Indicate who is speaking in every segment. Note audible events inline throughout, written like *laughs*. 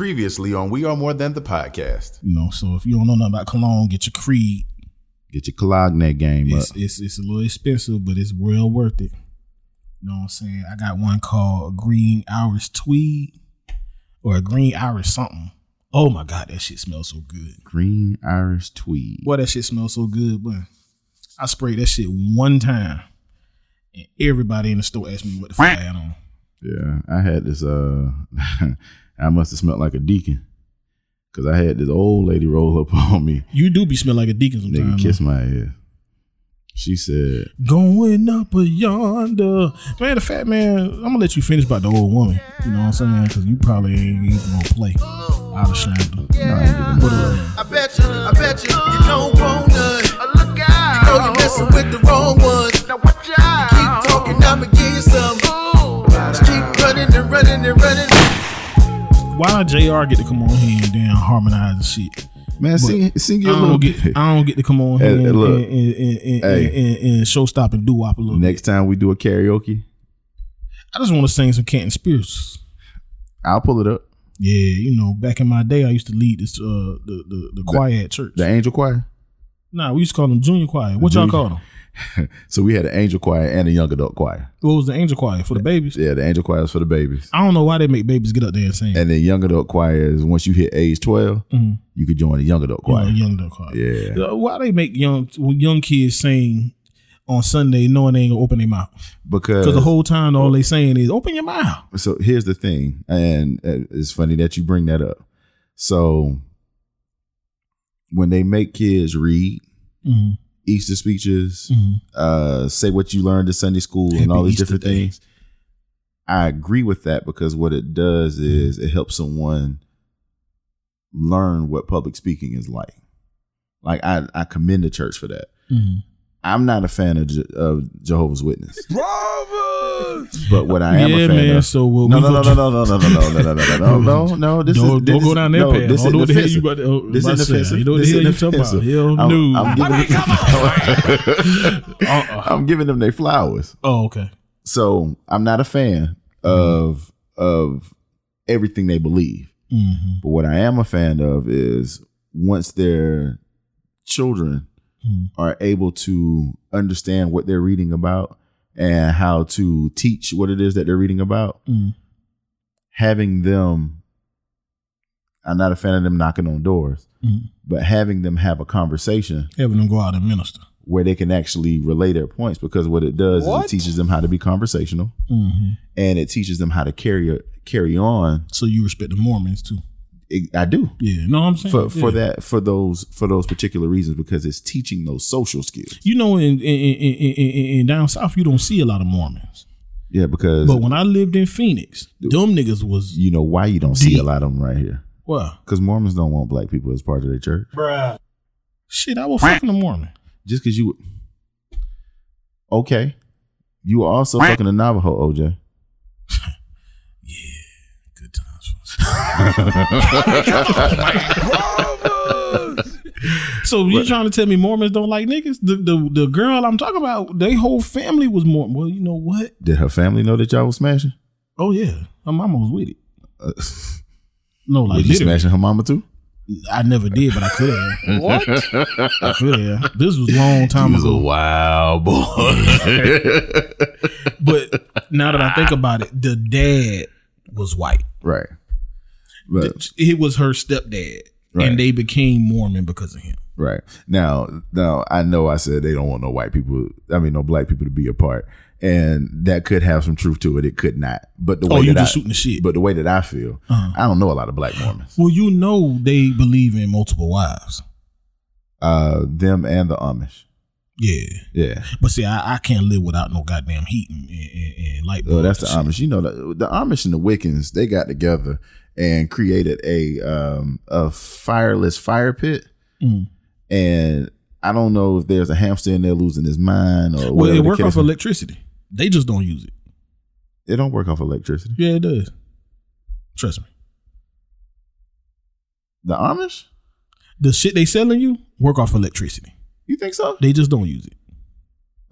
Speaker 1: Previously on We Are More Than the Podcast.
Speaker 2: You know, so if you don't know nothing about cologne, get your Creed.
Speaker 1: Get your Clognet game
Speaker 2: It's,
Speaker 1: up.
Speaker 2: it's it's a little expensive, but it's well worth it. You know what I'm saying? I got one called Green Irish Tweed or a Green Irish something. Oh my god, that shit smells so good.
Speaker 1: Green Irish Tweed.
Speaker 2: Boy, that shit smells so good, but I sprayed that shit one time, and everybody in the store asked me what the fuck I had on.
Speaker 1: Yeah, I had this. Uh, *laughs* I must have smelled like a deacon because I had this old lady roll up *laughs* on me.
Speaker 2: You do be smell like a deacon
Speaker 1: Nigga,
Speaker 2: sometimes.
Speaker 1: kiss my ass. She said,
Speaker 2: Going up a yonder. Man, the fat man, I'm gonna let you finish about the old woman. You know what I'm saying? Because you probably ain't even gonna play. I'd have slammed her.
Speaker 1: Yeah.
Speaker 2: But, uh,
Speaker 3: I bet you, I bet you, you don't want none. Look out. You know you messing with the wrong ones. Now watch out. Keep talking, I'ma give you some. Just keep running and running and running.
Speaker 2: why don't JR get to come on here and damn harmonize and shit?
Speaker 1: "Man, sing, sing
Speaker 2: I
Speaker 1: your little
Speaker 2: don't get, I don't get to come on
Speaker 1: Hey,
Speaker 2: here and,
Speaker 1: look.
Speaker 2: and, and, and, and,
Speaker 1: Hey.
Speaker 2: and, and show stop and do wop a little. bit.
Speaker 1: Next time we do a karaoke,
Speaker 2: I just want to sing some Canton Spears.
Speaker 1: I'll pull it up.
Speaker 2: Yeah, you know, back in my day, I used to lead this uh the the, the choir at church.
Speaker 1: The Angel Choir.
Speaker 2: Nah, we used to call them junior choir. What y'all
Speaker 1: Junior-
Speaker 2: call them?
Speaker 1: So we had an Angel Choir and a Young Adult Choir.
Speaker 2: What was the angel choir for the babies?
Speaker 1: Yeah, the Angel Choir is for the babies,
Speaker 2: I don't know why they make babies get up there and sing.
Speaker 1: and then Young Adult Choir is once you hit age 12
Speaker 2: Mhm.
Speaker 1: you could join the Young Adult
Speaker 2: You know,
Speaker 1: Choir.
Speaker 2: young adult choir.
Speaker 1: yeah.
Speaker 2: Uh, Why they make young young kids sing on Sunday knowing they ain't gonna open their mouth?
Speaker 1: because
Speaker 2: Because the whole time all they saying is open your mouth.
Speaker 1: so here's the thing, and uh, it's funny that you bring that up. So when they make kids read Mm-hmm.
Speaker 2: Mhm.
Speaker 1: Easter
Speaker 2: *laughs*
Speaker 1: speeches,
Speaker 2: Mhm.
Speaker 1: uh, say what you learned in Sunday school,
Speaker 2: Happy
Speaker 1: and all these
Speaker 2: Easter
Speaker 1: different
Speaker 2: Day.
Speaker 1: things, I agree with that because what it does
Speaker 2: Mm-hmm.
Speaker 1: is it helps someone learn what public speaking is like. Like I, I commend the church for that.
Speaker 2: Mhm.
Speaker 1: I'm not a fan of, Je- of Jehovah's Witness, but what I am
Speaker 2: yeah,
Speaker 1: a fan
Speaker 2: man.
Speaker 1: of
Speaker 2: So what
Speaker 1: No,
Speaker 2: we
Speaker 1: no, no,
Speaker 2: gonna
Speaker 1: no,
Speaker 2: do-
Speaker 1: no, no, no, no, no, no, no, no, no, no,
Speaker 2: *laughs*
Speaker 1: no. This
Speaker 2: don't,
Speaker 1: is
Speaker 2: don't
Speaker 1: this
Speaker 2: go
Speaker 1: is-
Speaker 2: down that
Speaker 1: no,
Speaker 2: path.
Speaker 1: This
Speaker 2: I don't know what the hell
Speaker 1: is
Speaker 2: you about to, oh,
Speaker 1: This
Speaker 2: about to
Speaker 1: is
Speaker 2: say.
Speaker 1: offensive.
Speaker 2: You know what
Speaker 1: This
Speaker 2: the hell you
Speaker 1: is
Speaker 2: talking about.
Speaker 1: offensive.
Speaker 2: Hell
Speaker 1: I'm,
Speaker 2: no.
Speaker 1: *laughs* I'm giving them,
Speaker 2: *laughs* Uh-uh.
Speaker 1: *laughs* I'm giving them their flowers.
Speaker 2: Oh, okay.
Speaker 1: So I'm not a fan
Speaker 2: Mm-hmm.
Speaker 1: of of everything they believe,
Speaker 2: Mhm.
Speaker 1: but what I am a fan of is once their children
Speaker 2: Mhm.
Speaker 1: are able to understand what they're reading about and how to teach what it is that they're reading about
Speaker 2: Mhm.
Speaker 1: having them I'm not a fan of them knocking on doors,
Speaker 2: Mhm.
Speaker 1: but having them have a conversation
Speaker 2: Having them go out and minister.
Speaker 1: where they can actually relay their points because what it does is it
Speaker 3: What?
Speaker 1: teaches them how to be conversational
Speaker 2: Mhm.
Speaker 1: and it teaches them how to carry carry on.
Speaker 2: So you respect the Mormons too.
Speaker 1: It- I do.
Speaker 2: Yeah, no, I'm saying
Speaker 1: For
Speaker 2: yeah.
Speaker 1: for that for those for those particular reasons because it's teaching those social skills.
Speaker 2: You know, in in, in, in, in in down south, you don't see a lot of Mormons.
Speaker 1: Yeah, because
Speaker 2: But when I lived in Phoenix, them niggas was
Speaker 1: you know why you don't see a
Speaker 2: Deep.
Speaker 1: lot of them right here.
Speaker 2: well,
Speaker 1: Because Mormons don't want black people as part of their church.
Speaker 2: shit. I was fucking a Mormon.
Speaker 1: Just because you okay, you were also fucking a Navajo, OJ.
Speaker 2: Good times. so you trying to tell me Mormons don't like niggas? The, the the girl I'm talking about, they whole family was Mormon. Well, you know what?
Speaker 1: Did her family know that y'all was smashing?
Speaker 2: Oh yeah, her mama was with it.
Speaker 1: Uh,
Speaker 2: No, like
Speaker 1: was you
Speaker 2: literally,
Speaker 1: smashing her mama too?
Speaker 2: I never did, but I could have.
Speaker 3: What?
Speaker 2: I could have. This was long time ago.
Speaker 1: wild boy.
Speaker 2: But now that I think about it, the dad was white.
Speaker 1: *laughs* right. But,
Speaker 2: It was her stepdad,
Speaker 1: Right.
Speaker 2: and they became Mormon because of him.
Speaker 1: right. Now, now I know I said they don't want no white people, I mean no black people to be a part. And that could have some truth to it. It could not. But the way
Speaker 2: Oh, you
Speaker 1: that
Speaker 2: just
Speaker 1: I,
Speaker 2: shooting the shit.
Speaker 1: but the way that I feel,
Speaker 2: Uh-huh.
Speaker 1: I don't know a lot of black Mormons.
Speaker 2: well, you know they believe in multiple wives.
Speaker 1: Uh them and the Amish.
Speaker 2: Yeah,
Speaker 1: Yeah.
Speaker 2: but see, I, I can't live without no goddamn heat and, and, and light.
Speaker 1: Oh, that's
Speaker 2: bulbs
Speaker 1: the
Speaker 2: and shit.
Speaker 1: Amish. You know, the, the Amish and the Wiccans, they got together and created a um, a fireless fire pit.
Speaker 2: Mm.
Speaker 1: And I don't know if there's a hamster in there losing his mind or
Speaker 2: Well,
Speaker 1: whatever.
Speaker 2: it
Speaker 1: the
Speaker 2: work
Speaker 1: case
Speaker 2: off
Speaker 1: may-
Speaker 2: electricity. They just don't use it.
Speaker 1: it don't work off electricity.
Speaker 2: Yeah, it does. Trust me.
Speaker 1: The Amish?
Speaker 2: The shit they selling you work off electricity.
Speaker 1: You think so? Oh,
Speaker 2: They just don't use it.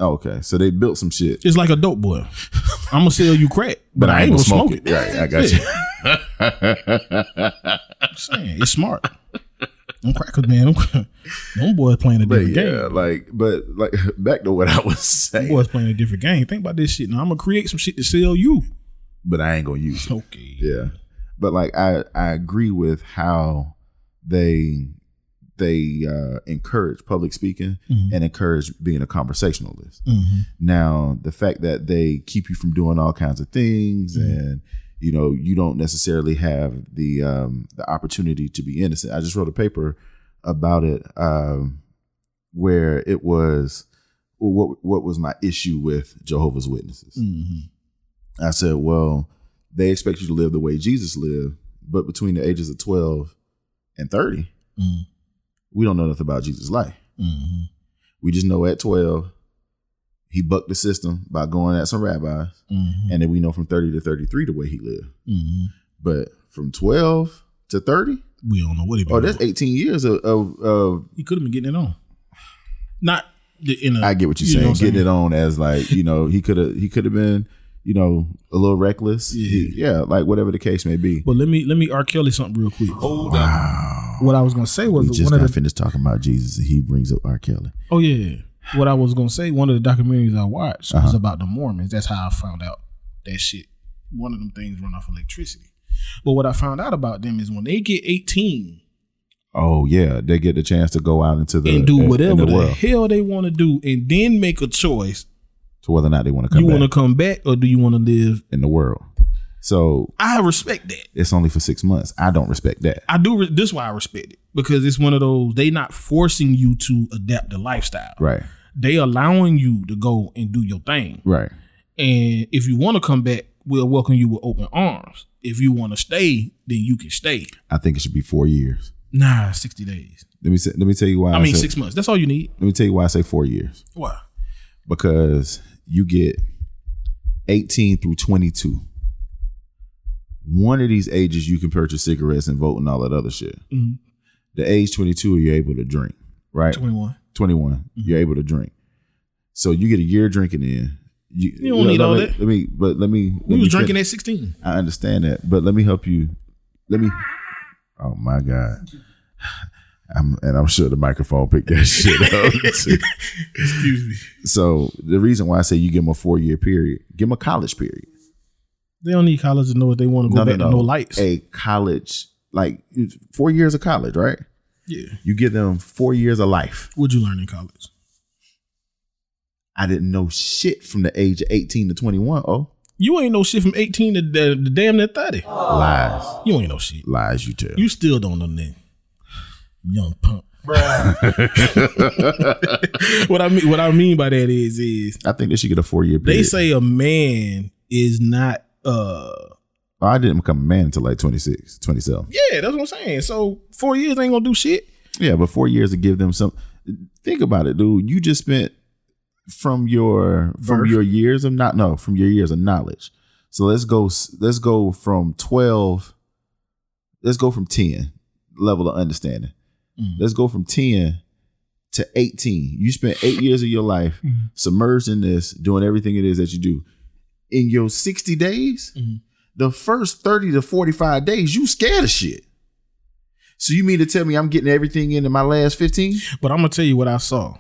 Speaker 1: Okay, so they built some shit,
Speaker 2: It's like a dope *laughs* boy. I'm gonna sell you crack, but, I ain't gonna smoke it.
Speaker 1: Right, I got
Speaker 2: *laughs*
Speaker 1: you.
Speaker 2: I'm saying it's smart. Them crackers, man. Them, *laughs* them boys playing a
Speaker 1: but
Speaker 2: different game.
Speaker 1: yeah, like, but like *laughs* back to what I was
Speaker 2: Them
Speaker 1: saying.
Speaker 2: boys playing a different game. Think about this shit. Now I'm gonna create some shit to sell you.
Speaker 1: But I ain't gonna use it.
Speaker 2: Okay.
Speaker 1: Yeah, but like I I agree with how they they uh, encourage public speaking
Speaker 2: Mhm.
Speaker 1: and encourage being a conversationalist.
Speaker 2: Mhm.
Speaker 1: Now, the fact that they keep you from doing all kinds of things
Speaker 2: Mhm.
Speaker 1: and you know, you don't necessarily have the um the opportunity to be innocent. I just wrote a paper about it um where it was well, what what was my issue with Jehovah's Witnesses.
Speaker 2: Mhm.
Speaker 1: I said, "Well, they expect you to live the way Jesus lived, but between the ages of 12 and 30,
Speaker 2: Mhm.
Speaker 1: we don't know nothing about Jesus' life.
Speaker 2: Mhm.
Speaker 1: We just know at 12 he bucked the system by going at some rabbis
Speaker 2: Mhm.
Speaker 1: and then we know from 30 to 33 the way he lived
Speaker 2: Mhm.
Speaker 1: but from 12 to 30
Speaker 2: We don't know what he.
Speaker 1: oh
Speaker 2: been
Speaker 1: that's 18 years of, of, of
Speaker 2: He could have been getting it on. Not the, in a
Speaker 1: i get what you're
Speaker 2: You know
Speaker 1: saying
Speaker 2: what I'm
Speaker 1: getting
Speaker 2: saying?
Speaker 1: it on as like you know he could have he could have been you know a little reckless
Speaker 2: Yeah.
Speaker 1: He- yeah like whatever the case may be
Speaker 2: But let me let me R. Kelly something real quick.
Speaker 1: wow
Speaker 2: What I was gonna say was
Speaker 1: we just
Speaker 2: one of
Speaker 1: got
Speaker 2: the
Speaker 1: finished talking about jesus and he brings up r kelly
Speaker 2: oh yeah. What I was gonna say, one of the documentaries I watched was
Speaker 1: Uh-huh.
Speaker 2: about the Mormons. That's how I found out that shit. One of them things run off electricity. But what I found out about them is when they get eighteen
Speaker 1: oh yeah they get the chance to go out into the
Speaker 2: and do
Speaker 1: in- in
Speaker 2: whatever
Speaker 1: the
Speaker 2: the,
Speaker 1: world
Speaker 2: hell they want to do, and then make a choice:
Speaker 1: to whether or not they want to come
Speaker 2: you want to
Speaker 1: back
Speaker 2: come back or do you want to live?
Speaker 1: in the world so
Speaker 2: I respect that.
Speaker 1: it's only for six months i don't respect that
Speaker 2: I do. Re- this why I respect it because it's one of those they not forcing you to adapt the lifestyle.
Speaker 1: right
Speaker 2: They allowing you to go and do your thing.
Speaker 1: right
Speaker 2: And if you want to come back, we'll welcome you with open arms. If you want to stay, then you can stay.
Speaker 1: i think it should be four years
Speaker 2: Nah, sixty days.
Speaker 1: Let me say, let me tell you why.
Speaker 2: I mean,
Speaker 1: say,
Speaker 2: six months. That's all you need.
Speaker 1: Let me tell you why I say four years
Speaker 2: Why?
Speaker 1: because you get eighteen through twenty two. One of these ages, you can purchase cigarettes and vote and all that other shit.
Speaker 2: Mhm.
Speaker 1: The age twenty two, you're able to drink. Right,
Speaker 2: Twenty-one.
Speaker 1: twenty
Speaker 2: Mm-hmm.
Speaker 1: one, you're able to drink. So you get a year drinking in. You,
Speaker 2: You don't need
Speaker 1: let,
Speaker 2: all
Speaker 1: let-
Speaker 2: that.
Speaker 1: Let me, but let me.
Speaker 2: We
Speaker 1: let me
Speaker 2: was drinking
Speaker 1: fin-
Speaker 2: at sixteen.
Speaker 1: I understand that, but let me help you. Let me. Oh my god. I'm, and I'm sure the microphone picked that shit
Speaker 2: *laughs*
Speaker 1: up. too.
Speaker 2: Excuse me.
Speaker 1: So the reason why I say you give them a four year period, give them a college period.
Speaker 2: They don't need college to know if they want to go back to no lights.
Speaker 1: A college, like it's four years of college, right?
Speaker 2: Yeah.
Speaker 1: You give them four years of life.
Speaker 2: What'd you learn in college?
Speaker 1: I didn't know shit from the age of 18 to 21. Oh,
Speaker 2: You ain't no shit from eighteen to the, the damn near thirty.
Speaker 1: lies.
Speaker 2: You ain't no shit.
Speaker 1: Lies you tell.
Speaker 2: You still don't know nothing. Young pump. *laughs* what I mean what I mean by that is is
Speaker 1: I think they should get a four year period.
Speaker 2: they say a man is not uh
Speaker 1: oh, I didn't become a man until like 26, 27.
Speaker 2: yeah, that's what I'm saying. So four years ain't gonna do shit.
Speaker 1: Yeah, but four years to give them some. Think about it, dude. You just spent from your from
Speaker 2: Birth.
Speaker 1: your years of not no from your years of knowledge. So let's go. s- Let's go from twelve. Let's go from ten level of understanding.
Speaker 2: Mhm.
Speaker 1: Let's go from ten to eighteen. You spent eight years of your life
Speaker 2: Mhm.
Speaker 1: submerged in this, doing everything it is that you do. In your sixty days,
Speaker 2: Mhm.
Speaker 1: the first thirty to forty-five days, you scared of shit. So you mean to tell me I'm getting everything in in my last 15?
Speaker 2: But I'm gonna tell you what I saw.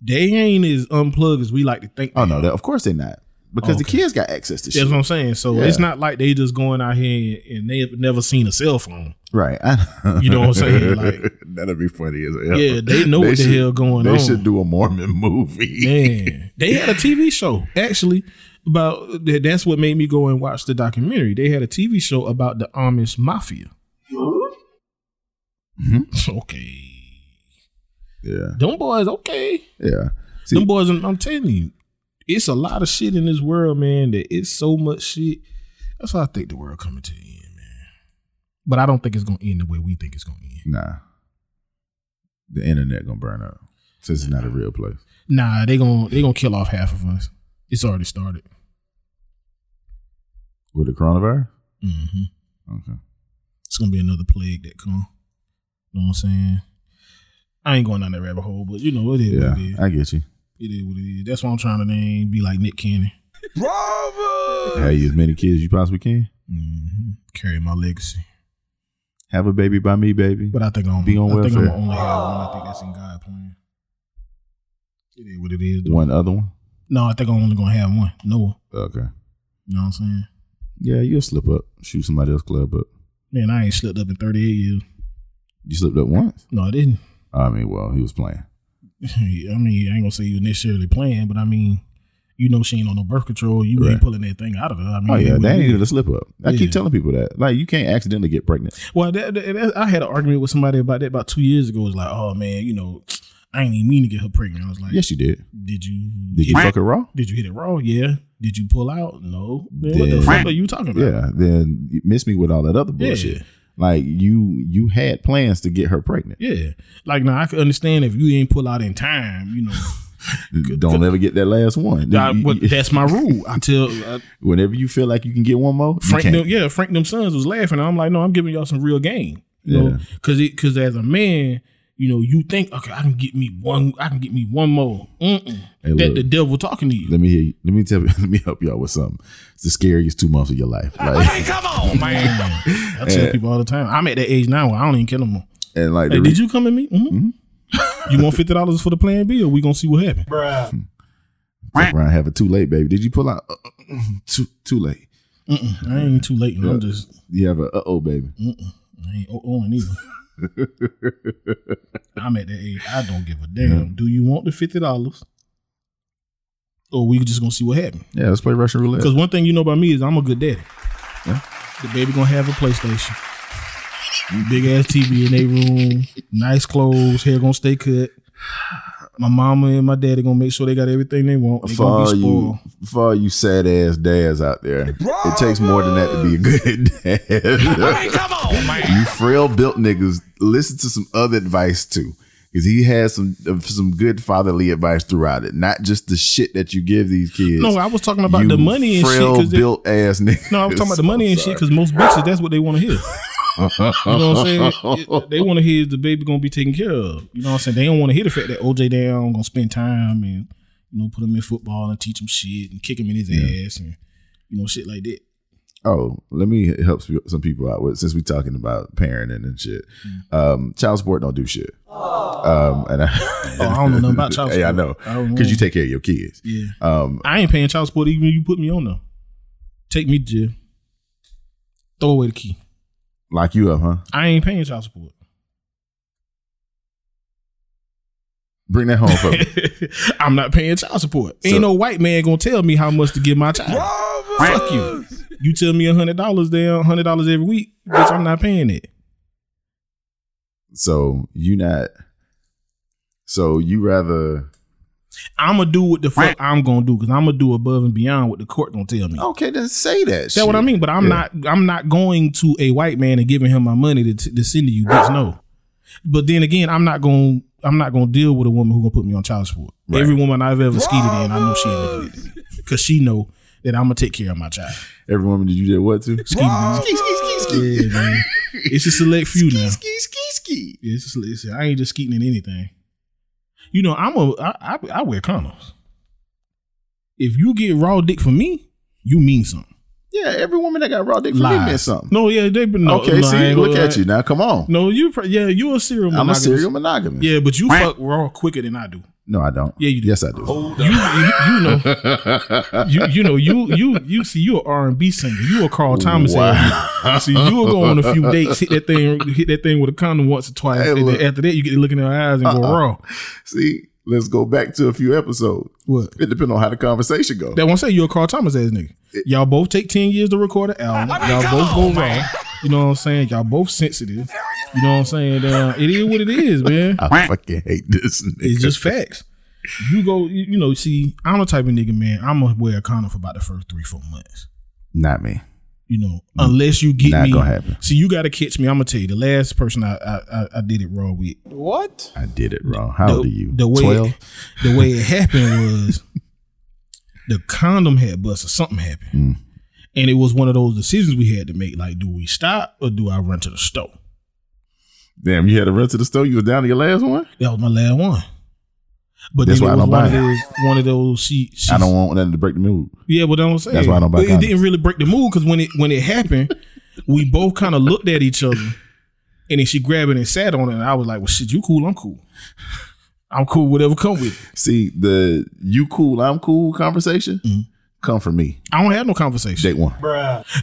Speaker 2: They ain't as unplugged as we like to think.
Speaker 1: Oh no,
Speaker 2: they are.
Speaker 1: that, of course they're not. Because the
Speaker 2: Okay.
Speaker 1: kids got access to shit.
Speaker 2: that's what I'm saying. So
Speaker 1: Yeah.
Speaker 2: it's not like they just going out here and they've never seen a cell phone.
Speaker 1: right. I,
Speaker 2: You know what I'm saying? Like-
Speaker 1: *laughs* that'd be funny as hell.
Speaker 2: Yeah, they know what the
Speaker 1: should-
Speaker 2: hell going
Speaker 1: they
Speaker 2: on.
Speaker 1: should do a Mormon movie.
Speaker 2: Man, *laughs* they had a TV show actually about th- that's what made me go and watch the documentary. They had a TV show about the Amish Mafia. *laughs* Okay,
Speaker 1: Mm-hmm. Yeah.
Speaker 2: them boys. Okay,
Speaker 1: Yeah. See-
Speaker 2: them boys. I'm I'm telling you, it's a lot of shit in this world, man. That it's so much shit. That's why I think the world coming to an end, man. But I don't think it's gonna end the way we think it's gonna end.
Speaker 1: Nah. The internet gonna burn up. Since it's not a real place.
Speaker 2: Nah, they gonna they gonna kill off half of us. It's already started.
Speaker 1: With the coronavirus?
Speaker 2: Mm-hmm.
Speaker 1: Okay.
Speaker 2: It's gonna be another plague that come. You know what I'm saying? I ain't going down that rabbit hole, but you know it is
Speaker 1: Yeah.
Speaker 2: what it is.
Speaker 1: I get you.
Speaker 2: It is what it is. That's why I'm trying to name be like Nick Cannon.
Speaker 4: Bravo!
Speaker 1: Have you as many kids as you possibly can.
Speaker 2: Mm-hmm. Carry my legacy.
Speaker 1: Have a baby by me, baby.
Speaker 2: But I think I'm.
Speaker 1: Be on
Speaker 2: I think I'm
Speaker 1: welfare.
Speaker 2: gonna only have one. I think that's in God plan. It is what it is. Though.
Speaker 1: One other one.
Speaker 2: No, I think I'm only gonna have one. Noah.
Speaker 1: Okay.
Speaker 2: You know what I'm saying?
Speaker 1: Yeah, you'll slip up, shoot somebody else club up.
Speaker 2: Man, I ain't slipped up in 38 years.
Speaker 1: You slipped up once.
Speaker 2: No, I didn't. *laughs*
Speaker 1: I mean, well, he was playing.
Speaker 2: I mean, I ain't gonna say you necessarily playing, but I mean, you know she ain't on no birth control. You
Speaker 1: Right.
Speaker 2: ain't pulling that thing out of her. I mean,
Speaker 1: Oh
Speaker 2: it
Speaker 1: yeah,
Speaker 2: what
Speaker 1: that
Speaker 2: it
Speaker 1: ain't
Speaker 2: is.
Speaker 1: even a slip up. I
Speaker 2: Yeah.
Speaker 1: keep telling people that. Like, you can't accidentally get pregnant.
Speaker 2: Well, that, that- that- I had an argument with somebody about that about two years ago. It's like, oh man, you know, *sniffs* I ain't even mean to get her pregnant. I was like,
Speaker 1: Yes, you did.
Speaker 2: did you
Speaker 1: Did you
Speaker 2: hit,
Speaker 1: fuck it raw?
Speaker 2: did you hit it raw? Yeah. Did you pull out? No. Man, what the
Speaker 1: Then-
Speaker 2: fuck are you talking about?
Speaker 1: Yeah. Then you miss me with all that other bullshit.
Speaker 2: Yeah.
Speaker 1: Like you, you had plans to get her pregnant.
Speaker 2: Yeah. Like now, I can understand if you ain't pull out in time. You know,
Speaker 1: *laughs* Don't ever get that last one.
Speaker 2: I-
Speaker 1: You-
Speaker 2: but
Speaker 1: you-
Speaker 2: that's my rule. I tell I,
Speaker 1: whenever you feel like you can get one more,
Speaker 2: Frank,
Speaker 1: you
Speaker 2: them,
Speaker 1: can't.
Speaker 2: yeah, Frank them sons was laughing. I'm like, no, I'm giving y'all some real game, you know,
Speaker 1: Yeah.
Speaker 2: because because as a man, you know, you think, okay, I can get me one, I can get me one more. Mm-mm.
Speaker 1: Hey,
Speaker 2: that
Speaker 1: look.
Speaker 2: the devil talking to you.
Speaker 1: Let me hear. You, *laughs* let me tell. Let me help y'all with something. It's the scariest two months of your life. Like, *laughs*
Speaker 4: come on, man.
Speaker 2: I tell people all the time. I'm at that age now where I don't even kill them all.
Speaker 1: and like,
Speaker 2: Hey,
Speaker 1: the
Speaker 2: did
Speaker 1: re-
Speaker 2: you come at me? Mhm. you want fifty dollars for the plan B, or we gonna see what happens?
Speaker 1: fuck around having too late, baby. Did you pull out? *clears throat* too too late.
Speaker 2: I ain't too late, and I'm just
Speaker 1: You have a uh oh, baby.
Speaker 2: I ain't owing either. I'm at that age. I don't give a damn. Do you want the fifty dollars, or we just gonna see what happens?
Speaker 1: Yeah, let's play Russian roulette.
Speaker 2: Because one thing you know about me is I'm a good daddy.
Speaker 1: Yeah.
Speaker 2: The baby gonna have a PlayStation, big ass TV in their room, nice clothes, hair gonna stay cut. My mama and my daddy gonna make sure they got everything they want. They
Speaker 1: for
Speaker 2: gonna
Speaker 1: all
Speaker 2: be spoiled.
Speaker 1: you for all you sad ass dads out there, it takes more than that to be a good *laughs* dad.
Speaker 4: come on, man.
Speaker 1: you frail built niggas, listen to some other advice too, because he has some uh, some good fatherly advice throughout it, not just the shit that you give these kids.
Speaker 2: No, I was talking about
Speaker 1: You
Speaker 2: the money and shit.
Speaker 1: frail
Speaker 2: 'cause they-
Speaker 1: built ass niggas.
Speaker 2: No, I was talking about the money and shit
Speaker 1: I'm sorry.
Speaker 2: because most bitches, that's what they want to hear. you know what I'm
Speaker 1: *laughs*
Speaker 2: saying? It- they want to hear is the baby gonna be taken care of. You know what I'm saying? They don't want to hear the fact that OJ down gonna spend time and you know put him in football and teach him shit and kick him in his ass and you know shit like that.
Speaker 1: Oh, let me help sp- some people out with since we talking about parenting and shit. Um, child support don't do shit. Um, and I,
Speaker 2: Mm. Oh, I don't know nothing
Speaker 1: *laughs*
Speaker 2: about child
Speaker 1: Hey, I know
Speaker 2: support. I don't know.
Speaker 1: because you take care of your kids.
Speaker 2: Yeah,
Speaker 1: Um,
Speaker 2: I ain't paying child support even if you put me on though. Take me to jail. Throw away the key.
Speaker 1: like you up, huh?
Speaker 2: I ain't paying child support.
Speaker 1: Bring that home for
Speaker 2: *laughs*
Speaker 1: me.
Speaker 2: I'm not paying child support. Ain't
Speaker 1: So-
Speaker 2: no white man gonna tell me how much to give my child.
Speaker 4: Bravo!
Speaker 2: Fuck you. You tell me a hundred dollars down, hundred dollars every week, bitch. I'm not paying it.
Speaker 1: so you not. So you rather
Speaker 2: I'm gonna do what the fuck I'm gonna do because I'm gonna do above and beyond what the court gonna tell me.
Speaker 1: okay? Then say that.
Speaker 2: That's what I mean. But
Speaker 1: Yeah.
Speaker 2: I'm not. I'm not going to a white man and giving him my money to, to send to you, bitch. No. But then again, I'm not gonna. I'm not gonna deal with a woman who gonna put me on child support.
Speaker 1: Right.
Speaker 2: Every woman I've ever skeeted in, I know she ain't gonna do it because she know that I'm gonna take care of my child.
Speaker 1: Every woman that you did what
Speaker 2: *laughs*
Speaker 1: to?
Speaker 2: Skeeted in.
Speaker 1: Ski ski ski ski
Speaker 2: Yeah,
Speaker 1: *laughs*
Speaker 2: man. It's a select few now.
Speaker 1: ski ski ski.
Speaker 2: Yeah, it's just, it's, I ain't just skeeting in anything. You know, I'm a I, I, I wear condoms. If you get raw dick from me, you mean something.
Speaker 1: Yeah, every woman that got raw dick for me
Speaker 2: Lies.
Speaker 1: meant something.
Speaker 2: No, yeah, they been no,
Speaker 1: okay,
Speaker 2: no, I
Speaker 1: see,
Speaker 2: ain't
Speaker 1: look
Speaker 2: gonna
Speaker 1: at
Speaker 2: lie.
Speaker 1: you now. Come on,
Speaker 2: No, you pr- yeah, you a serial.
Speaker 1: I'm a
Speaker 2: monogamous.
Speaker 1: serial monogamous.
Speaker 2: Yeah, but you fuck raw quicker than I do.
Speaker 1: No, I don't.
Speaker 2: Yeah, you do. Oh,
Speaker 1: Yes, I do.
Speaker 2: You, you, you know, you you know, you you you see, you a R and B singer. You a Carl Thomas. Wow. See, you will go on a few dates, hit that thing, hit that thing with a condom once or twice,
Speaker 1: Hey,
Speaker 2: and
Speaker 1: look. Uh-uh.
Speaker 2: then after that, you get to look in her eyes and go raw.
Speaker 1: *laughs* See, let's go back to a few episodes.
Speaker 2: What?
Speaker 1: It depends on how the conversation goes.
Speaker 2: That won't say you're a Carl Thomas ass nigga. Y'all both take 10 years to record an album. Y'all both go wrong. You know what I'm saying? Y'all both sensitive. You know what I'm saying? Uh, it is what it is, man.
Speaker 1: I fucking hate this nigga.
Speaker 2: It's just facts. You go, you you know, see, I'm the type of nigga, man, I'm going to wear a condom for about the first three, four months.
Speaker 1: not me.
Speaker 2: You know, unless you get
Speaker 1: Mm. Not
Speaker 2: me.
Speaker 1: gonna happen.
Speaker 2: See, you got to catch me. I'm going to tell you, the last person I, I, I, I did it wrong with,
Speaker 4: What?
Speaker 1: I did it wrong. How old are you?
Speaker 2: the way
Speaker 1: Twelve.
Speaker 2: the way
Speaker 1: *laughs*
Speaker 2: it happened was the condom had bust or something
Speaker 1: Mm.
Speaker 2: happened. And it was one of those decisions we had to make. Like, do we stop or do I run to the store?
Speaker 1: Damn, you had to run to the store. You was down to your last one.
Speaker 2: That was my last one. But
Speaker 1: That's
Speaker 2: then
Speaker 1: why I
Speaker 2: it was
Speaker 1: don't
Speaker 2: one of
Speaker 1: buy it.
Speaker 2: those one of those she, she
Speaker 1: I don't want nothing to break the mood.
Speaker 2: Yeah, but I'm saying
Speaker 1: That's why I don't buy
Speaker 2: But It
Speaker 1: condoms.
Speaker 2: didn't really break the mood because when it when it happened, we both kind of looked at each other, and then she grabbed it and sat on it, and I was like, "Well, shit, you cool, I'm cool, I'm cool, whatever come with." it."
Speaker 1: See the you cool, I'm cool conversation.
Speaker 2: Mm-hmm.
Speaker 1: Come from me,
Speaker 2: I don't have no conversation.
Speaker 1: date one.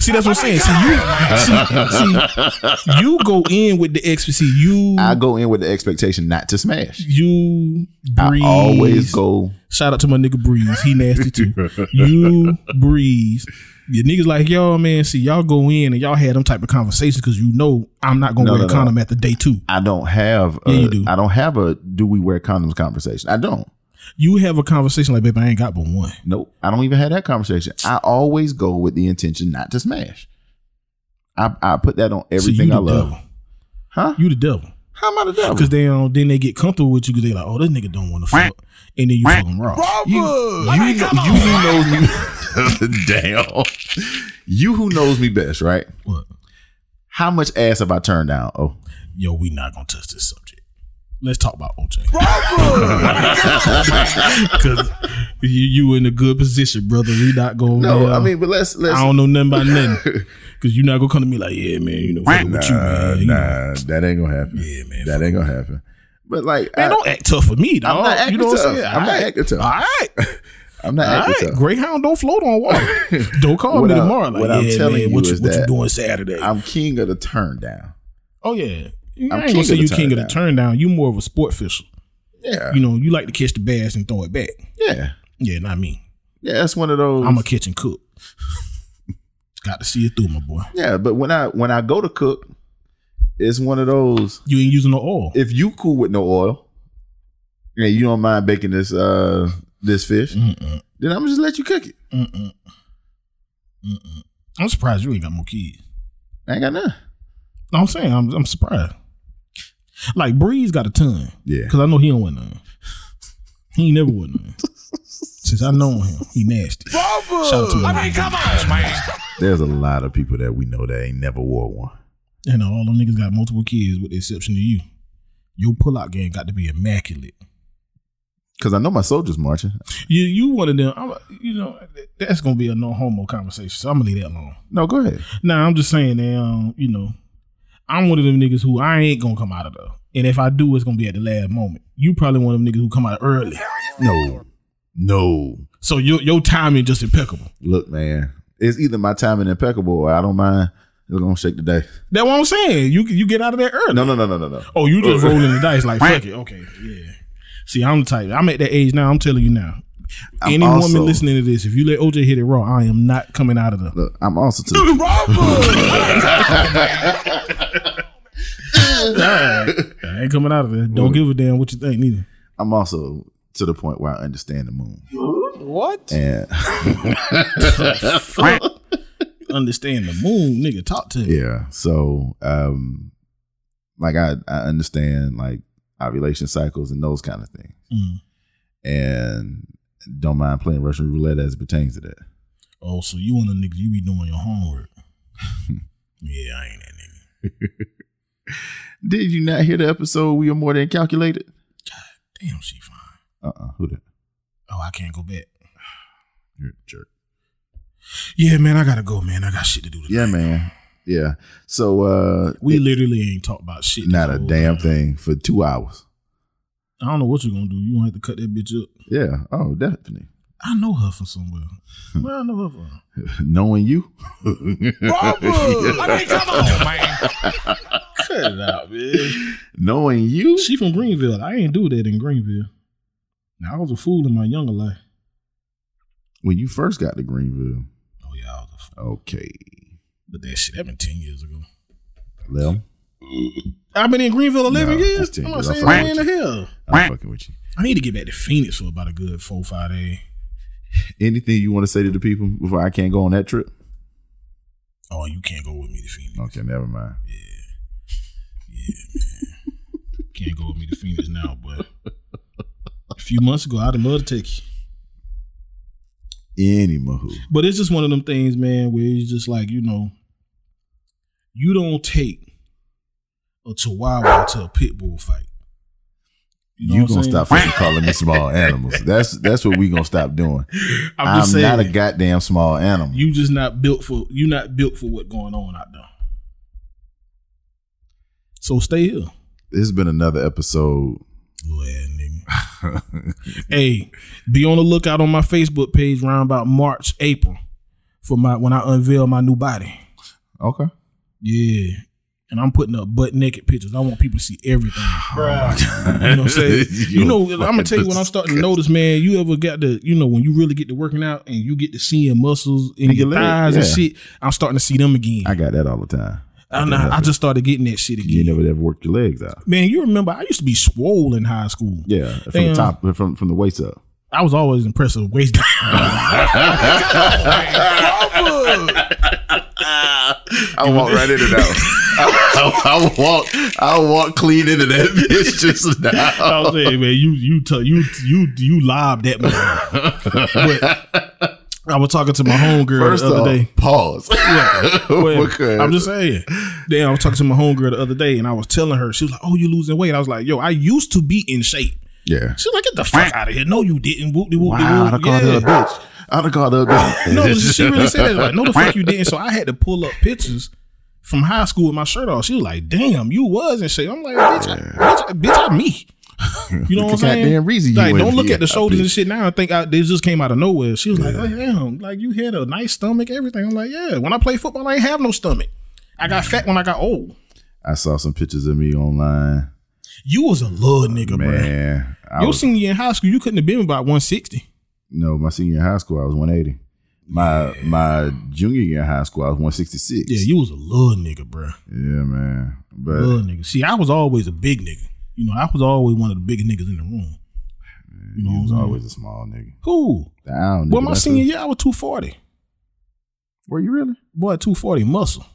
Speaker 2: See, that's what I'm saying. See, you see, see, you go in with the ecstasy. You
Speaker 1: I go in with the expectation not to smash.
Speaker 2: you breathe.
Speaker 1: I always go.
Speaker 2: Shout out to my nigga Breeze. He nasty too.
Speaker 1: *laughs*
Speaker 2: you Breeze. Your niggas like, yo, man, see, y'all go in and y'all had them type of conversations because you know I'm not going to
Speaker 1: No, no,
Speaker 2: wear a
Speaker 1: no.
Speaker 2: condom at the day two.
Speaker 1: I don't have. A,
Speaker 2: Yeah, you do.
Speaker 1: I don't have a. Do we wear condoms conversation? I don't.
Speaker 2: You have a conversation like, babe, I ain't got but one.
Speaker 1: Nope. I don't even have that conversation. I always go with the intention not to smash. I, I put that on
Speaker 2: See, you
Speaker 1: everything
Speaker 2: the
Speaker 1: I love.
Speaker 2: Devil. *laughs*
Speaker 1: Huh?
Speaker 2: You the devil.
Speaker 1: How am I the devil?
Speaker 2: Because they um, then they get comfortable with you because they like, oh, this nigga don't want to fuck. And then you fuck him raw.
Speaker 1: You, you, know- you who knows me. Damn. You who knows me best, right?
Speaker 2: What?
Speaker 1: How much ass have I turned down? Oh,
Speaker 2: Yo, we not going to touch this subject. Let's talk about OJ. *laughs* Because you, you in a good position, brother. We not going
Speaker 1: no. I mean, but let's let's.
Speaker 2: I don't know nothing about
Speaker 1: *laughs*
Speaker 2: nothing. Cause you're not gonna come to me like, yeah, man, you know, fuck with you, man. You know,
Speaker 1: Uh, nah, that ain't gonna happen.
Speaker 2: Yeah, man,
Speaker 1: that ain't gonna happen. But like,
Speaker 2: man,
Speaker 1: I,
Speaker 2: don't act tough for me, dog.
Speaker 1: I'm not acting
Speaker 2: you know what
Speaker 1: tough.
Speaker 2: I'm saying?
Speaker 1: I'm not acting tough.
Speaker 2: All right,
Speaker 1: *laughs* I'm not
Speaker 2: all
Speaker 1: acting
Speaker 2: right.
Speaker 1: tough.
Speaker 2: Greyhound don't float
Speaker 1: *laughs*
Speaker 2: on water. Don't call
Speaker 1: What
Speaker 2: me
Speaker 1: I'm-
Speaker 2: tomorrow. Like,
Speaker 1: what
Speaker 2: yeah,
Speaker 1: I'm telling
Speaker 2: man,
Speaker 1: you
Speaker 2: what, you,
Speaker 1: is
Speaker 2: what you
Speaker 1: that
Speaker 2: doing Saturday?
Speaker 1: I'm king of the turn down.
Speaker 2: oh yeah, I'm
Speaker 1: I'm
Speaker 2: I ain't
Speaker 1: king
Speaker 2: gonna say
Speaker 1: of the
Speaker 2: you king of the
Speaker 1: turndown.
Speaker 2: turn down. You more of a sport fisher.
Speaker 1: Yeah,
Speaker 2: You know, you like to catch the bass and throw it back.
Speaker 1: yeah,
Speaker 2: Yeah, not me.
Speaker 1: yeah. That's one of those.
Speaker 2: I'm a kitchen cook. *laughs* Got to see it through, my boy.
Speaker 1: yeah, but when I when I go to cook, it's one of those.
Speaker 2: You ain't using no oil.
Speaker 1: If you cool with no oil, and you don't mind baking this uh this fish,
Speaker 2: Mm-mm,
Speaker 1: then I'm just let you cook it.
Speaker 2: mm-mm, mm-mm. I'm surprised you ain't got more kids.
Speaker 1: I ain't got nothing.
Speaker 2: No, I'm saying I'm, I'm surprised. Like Breeze got a ton
Speaker 1: Yeah,
Speaker 2: because I know he don't win none. He ain't never win none. Since I know him, he nasty. Shout out to my nigga.
Speaker 1: there's a lot of people that we know that ain't never wore one.
Speaker 2: And all them niggas got multiple kids with the exception of you. Your pullout game got to be immaculate.
Speaker 1: Cause I know my soldiers marching.
Speaker 2: You you one of them. I'm, you know that- that's gonna be a no homo conversation. So I'm gonna leave that alone.
Speaker 1: No, go ahead.
Speaker 2: Nah, I'm just saying that um, you know I'm one of them niggas who I ain't gonna come out of though. And if I do, it's gonna be at the last moment. You probably one of them niggas who come out early.
Speaker 1: No, no.
Speaker 2: So your your timing just impeccable.
Speaker 1: Look, man, it's either my timing impeccable or I don't mind. It's gonna shake the day.
Speaker 2: That's what I'm saying. You you get out of there early.
Speaker 1: No, no, no, no, no, no.
Speaker 2: Oh, you just rolling the dice
Speaker 1: *laughs*
Speaker 2: like fuck it. Okay, yeah. See, I'm the type. I'm at that age now. I'm telling you now.
Speaker 1: I'm
Speaker 2: Any
Speaker 1: also-
Speaker 2: woman listening to this, if you let OJ hit it raw, I am not coming out of the.
Speaker 1: Look, I'm also to
Speaker 2: *laughs*
Speaker 1: the
Speaker 2: I ain't coming out of it. Don't give a damn what you think neither.
Speaker 1: I'm also to the point where I understand the moon.
Speaker 4: What?
Speaker 1: *laughs* And
Speaker 2: Understand the moon, nigga. Talk to me.
Speaker 1: yeah, so um, like I I understand like ovulation cycles and those kind of things,
Speaker 2: Mm.
Speaker 1: and don't mind playing Russian roulette as it pertains to that.
Speaker 2: Oh, so you and the nigga, you be doing your *laughs* homework. yeah, I ain't that nigga.
Speaker 1: Did you not hear the episode? We are more than calculated.
Speaker 2: Damn, she fine.
Speaker 1: Uh uh who that?
Speaker 2: Oh, I can't go back.
Speaker 1: You're a jerk.
Speaker 2: Yeah, man, I gotta go, man. I got shit to do. Today.
Speaker 1: Yeah, man. Yeah. So uh,
Speaker 2: We
Speaker 1: it-
Speaker 2: literally ain't talked about shit. this
Speaker 1: not a
Speaker 2: whole
Speaker 1: damn
Speaker 2: time.
Speaker 1: thing for two hours.
Speaker 2: I don't know what you're gonna do. You gonna have to cut that bitch up.
Speaker 1: Yeah. Oh, definitely. *laughs*
Speaker 2: I know her from somewhere. Where I know her *laughs* from?
Speaker 1: Knowing you,
Speaker 2: Oh, Cut it out, man.
Speaker 1: *laughs* knowing you.
Speaker 2: She from Greenville. I ain't do that in Greenville. Now I was a fool in my younger life.
Speaker 1: when you first got to Greenville.
Speaker 2: Oh yeah, I was a fool.
Speaker 1: Okay.
Speaker 2: But that shit happened ten years ago.
Speaker 1: Lem,
Speaker 2: I've been in Greenville eleven
Speaker 1: No,
Speaker 2: years.
Speaker 1: 15
Speaker 2: I'm not
Speaker 1: years.
Speaker 2: saying
Speaker 1: I'm
Speaker 2: I ain't the hell.
Speaker 1: I'm fucking with you.
Speaker 2: I need to get back to Phoenix for about a good four five days.
Speaker 1: Anything you want to say to the people before I can't go on that trip?
Speaker 2: Oh, you can't go with me to Phoenix.
Speaker 1: Okay, never mind.
Speaker 2: Can't go with me to Phoenix now, but a few months ago I'd love to take you.
Speaker 1: Any mahoo.
Speaker 2: But it's just one of them things, man, where it's just like, you know, you don't take a chihuahua to a pit bull fight. know
Speaker 1: you
Speaker 2: what I'm
Speaker 1: gonna
Speaker 2: saying?
Speaker 1: stop fucking calling me
Speaker 2: *laughs*
Speaker 1: small animals. That's that's what we gonna stop doing.
Speaker 2: I'm
Speaker 1: I'm,
Speaker 2: just
Speaker 1: not a
Speaker 2: saying.
Speaker 1: goddamn small animal.
Speaker 2: You just not built for you not built for what going on out there. So stay here.
Speaker 1: this has been another episode.
Speaker 2: Little ass nigga.
Speaker 1: *laughs*
Speaker 2: hey, be on the lookout on my Facebook page around about March, April for my when I unveil my new body.
Speaker 1: Okay.
Speaker 2: Yeah. And I'm putting up butt naked pictures. I want people to see everything.
Speaker 1: Oh,
Speaker 2: You know what
Speaker 1: *laughs*
Speaker 2: I'm saying? you know, I'm gonna tell you what I'm starting to notice, man. You ever got to, you know, when you really get to working out and you get to seeing muscles in
Speaker 1: In
Speaker 2: your
Speaker 1: your leg,
Speaker 2: thighs and
Speaker 1: yeah.
Speaker 2: shit, I'm starting to see them again.
Speaker 1: I got that all the time.
Speaker 2: I, don't know, I just started getting that shit again.
Speaker 1: You never ever worked your legs out.
Speaker 2: man, you remember I used to be swole in high school.
Speaker 1: Yeah, from
Speaker 2: Damn.
Speaker 1: the top, from from the waist up.
Speaker 2: I was always impressed with waist
Speaker 1: *laughs*
Speaker 2: down.
Speaker 1: I walk right into that. *laughs* I, walk, I walk clean into that *laughs* bitch just now.
Speaker 2: *laughs* I was saying, man, you you t- you you you lobbed that man. but I was talking to my homegirl
Speaker 1: First
Speaker 2: the other
Speaker 1: off,
Speaker 2: day. *laughs*
Speaker 1: pause. *laughs*
Speaker 2: Well,
Speaker 1: Because-
Speaker 2: I'm just saying. Then I was talking to my homegirl the other day, and I was telling her, she was like, "Oh, you losing weight?" I was like, "Yo, I used to be in shape."
Speaker 1: yeah.
Speaker 2: She's like, "Get the fuck out of here!" No, you didn't. Whoop de whoop de
Speaker 1: Wow, I'd have
Speaker 2: whoop.
Speaker 1: called her a
Speaker 2: Yeah.
Speaker 1: bitch. I'd have
Speaker 2: *laughs*
Speaker 1: called her a bitch. *laughs*
Speaker 2: No, she really said that. Like, no, the fuck you didn't. So I had to pull up pictures from high school with my shirt off. She was like, "Damn, you was in shape." I'm like, "Bitch, I, bitch, I- bitch, I me."
Speaker 1: *laughs*
Speaker 2: You know what I'm saying?
Speaker 1: Goddamn reason you
Speaker 2: like,
Speaker 1: wasn't
Speaker 2: don't look
Speaker 1: here,
Speaker 2: at the shoulders
Speaker 1: bitch.
Speaker 2: and shit now and think I, they just came out of nowhere. She was like, oh, damn, like you had a nice stomach, everything. I'm like, yeah. When I play football, I ain't have no stomach. I got fat when I got old.
Speaker 1: I saw some pictures of me online.
Speaker 2: You was a little nigga, man.
Speaker 1: Man, I
Speaker 2: Your
Speaker 1: was,
Speaker 2: senior year in high school, you couldn't have been about 160.
Speaker 1: no, my senior year in high school, I was 180. My my junior year in high school, I was 166.
Speaker 2: Yeah, you was a little nigga, bruh.
Speaker 1: Yeah, man. But
Speaker 2: Little nigga. See, I was always a big nigga. You know, I was always one of the biggest niggas in the room. You know,
Speaker 1: you was
Speaker 2: what I'm
Speaker 1: always a small nigga.
Speaker 2: saying? Who?
Speaker 1: I don't
Speaker 2: Well,
Speaker 1: nigga,
Speaker 2: my
Speaker 1: that's
Speaker 2: senior
Speaker 1: it.
Speaker 2: year, I was 240.
Speaker 1: Were you really?
Speaker 2: Boy, 240 muscle.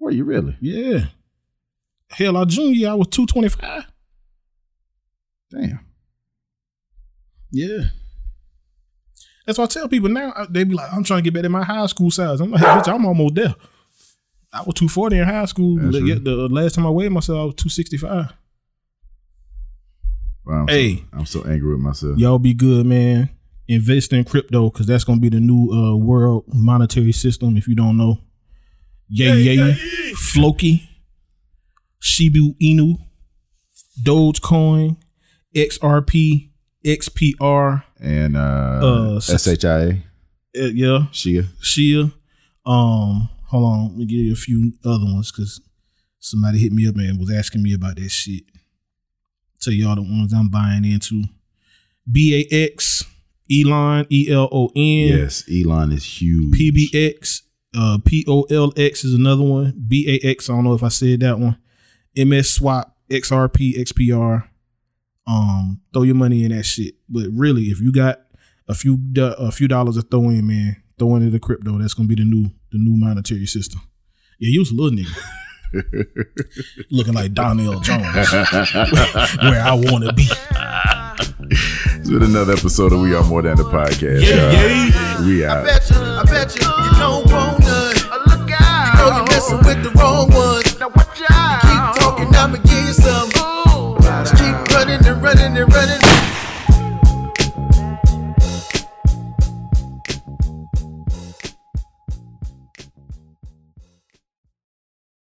Speaker 1: Were you really?
Speaker 2: Yeah. Hell, our junior year, I was 225.
Speaker 1: Damn.
Speaker 2: Yeah. That's why I tell people now, I- they be like, I'm trying to get back in my high school size. I'm like, bitch, I'm almost there. I was 240 in high school.
Speaker 1: That's
Speaker 2: Like,
Speaker 1: true.
Speaker 2: yeah, the last time I weighed myself, I was 265.
Speaker 1: Wow, I'm
Speaker 2: Hey.
Speaker 1: so, I'm so angry with myself.
Speaker 2: Y'all be good, man. Invest in crypto because that's gonna be the new uh, world monetary system. If you don't know, yay yay, Floki, Shibu Inu, Dogecoin, XRP, XPR,
Speaker 1: And
Speaker 2: Uh,
Speaker 1: uh,
Speaker 2: s-
Speaker 1: SHIA,
Speaker 2: uh, yeah,
Speaker 1: Shia.
Speaker 2: Shia. Um, hold on, let me give you a few other ones because somebody hit me up and was asking me about that shit. Tell y'all the ones I'm buying into. BAX, Elon, E L O N,
Speaker 1: Yes, Elon is huge.
Speaker 2: PBX, uh, POLX is another one. BAX, I don't know if I said that one. MS Swap, XRP, XPR. Um, throw your money in that shit. But really, if you got a few do- a few dollars to throw in, man, throw into the crypto. That's gonna be the new the new monetary system. Yeah, you was a little nigga. Looking like Donnell Jones, *laughs* where I want to be.
Speaker 1: It's been another episode of We Are More Than the Podcast. y'all.
Speaker 2: *laughs*
Speaker 1: We out.
Speaker 3: bet you, I bet you, you don't want none. Look out. You know you're messing with the wrong ones. Now watch out. Keep talking, I'ma